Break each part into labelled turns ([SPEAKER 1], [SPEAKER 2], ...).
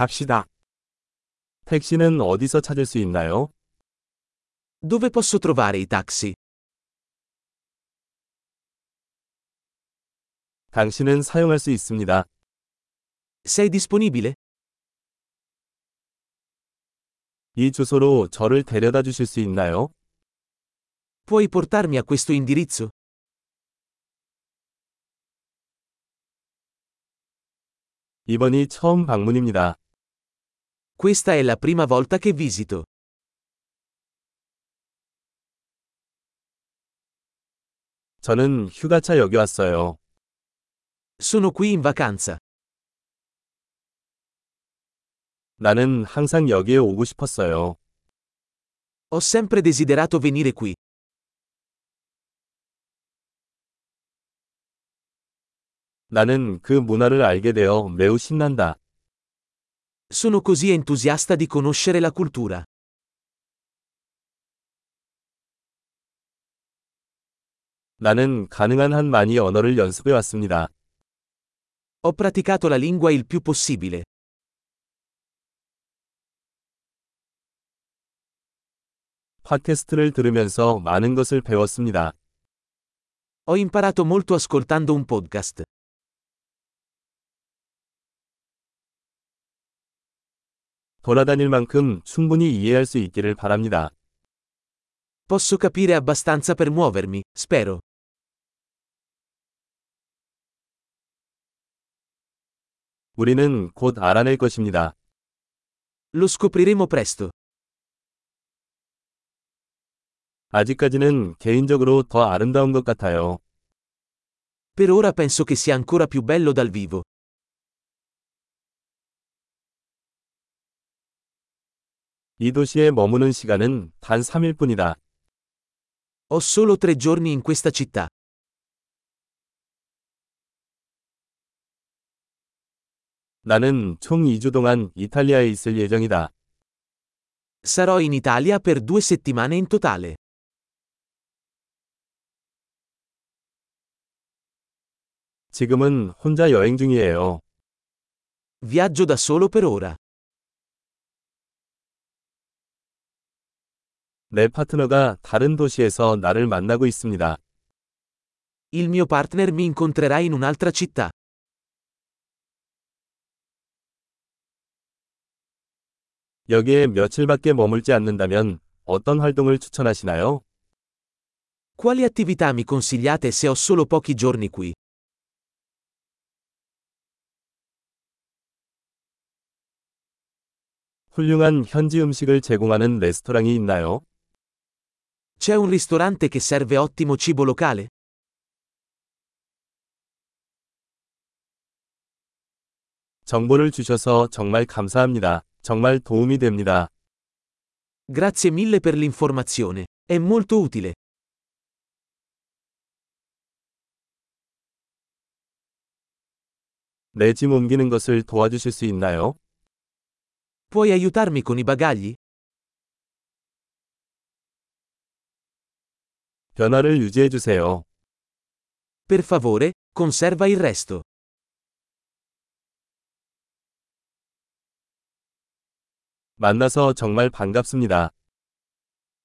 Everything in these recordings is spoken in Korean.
[SPEAKER 1] 갑시다. 택시는 어디서 찾을 수 있나요?
[SPEAKER 2] Dove posso trovare i taxi?
[SPEAKER 1] 당신은 사용할 수 있습니다.
[SPEAKER 2] Sei disponibile?
[SPEAKER 1] 이 주소로 저를 데려다 주실 수 있나요?
[SPEAKER 2] Puoi portarmi a questo indirizzo?
[SPEAKER 1] 이번이 처음 방문입니다.
[SPEAKER 2] Questa è la prima volta che visito.
[SPEAKER 1] 저는 휴가차 여기 왔어요.
[SPEAKER 2] Sono qui in vacanza.
[SPEAKER 1] 나는 항상 여기에 오고 싶었어요.
[SPEAKER 2] Ho sempre desiderato venire qui.
[SPEAKER 1] 나는 그 문화를 알게 되어 매우 신난다.
[SPEAKER 2] Sono così entusiasta di conoscere la cultura.
[SPEAKER 1] 나는 가능한 한 많이 언어를 연습해 왔습니다.
[SPEAKER 2] Ho praticato la lingua il più possibile.
[SPEAKER 1] 팟캐스트를 들으면서 많은 것을 배웠습니다.
[SPEAKER 2] Ho imparato molto ascoltando un podcast.
[SPEAKER 1] 돌아다닐 만큼 충분히 이해할 수 있기를 바랍니다.
[SPEAKER 2] Posso capire abbastanza per muovermi, spero.
[SPEAKER 1] 우리는 곧 알아낼 것입니다.
[SPEAKER 2] Lo scopriremo presto.
[SPEAKER 1] 아직까지는 개인적으로 더 아름다운 것 같아요.
[SPEAKER 2] Per ora penso che sia ancora più bello dal vivo.
[SPEAKER 1] 이 도시에 머무는 시간은 단 3일 뿐이다.
[SPEAKER 2] Ho solo tre giorni in questa città.
[SPEAKER 1] 나는 총 2주 동안 이탈리아에 있을 예정이다.
[SPEAKER 2] Sarò in Italia per due settimane in totale.
[SPEAKER 1] 지금은 혼자 여행 중이에요.
[SPEAKER 2] Viaggio da solo per ora.
[SPEAKER 1] 내 파트너가 다른 도시에서 나를 만나고 있습니다.
[SPEAKER 2] Il mio partner mi incontrerà in un'altra città.
[SPEAKER 1] 여기에 며칠밖에 머물지 않는다면 어떤 활동을 추천하시나요?
[SPEAKER 2] Quali attività mi consigliate se ho solo pochi giorni qui?
[SPEAKER 1] 훌륭한 현지 음식을 제공하는 레스토랑이 있나요?
[SPEAKER 2] C'è un ristorante che serve ottimo cibo locale?
[SPEAKER 1] 정보를 주셔서 정말 감사합니다. 정말 도움이 됩니다.
[SPEAKER 2] Grazie mille per l'informazione. È molto utile.
[SPEAKER 1] 내 짐 옮기는 것을 도와주실 수 있나요?
[SPEAKER 2] Puoi aiutarmi con i bagagli?
[SPEAKER 1] 변화를 유지해 주세요.
[SPEAKER 2] Per favore, conserva il resto.
[SPEAKER 1] 만나서 정말 반갑습니다.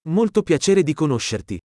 [SPEAKER 2] Molto piacere di conoscerti.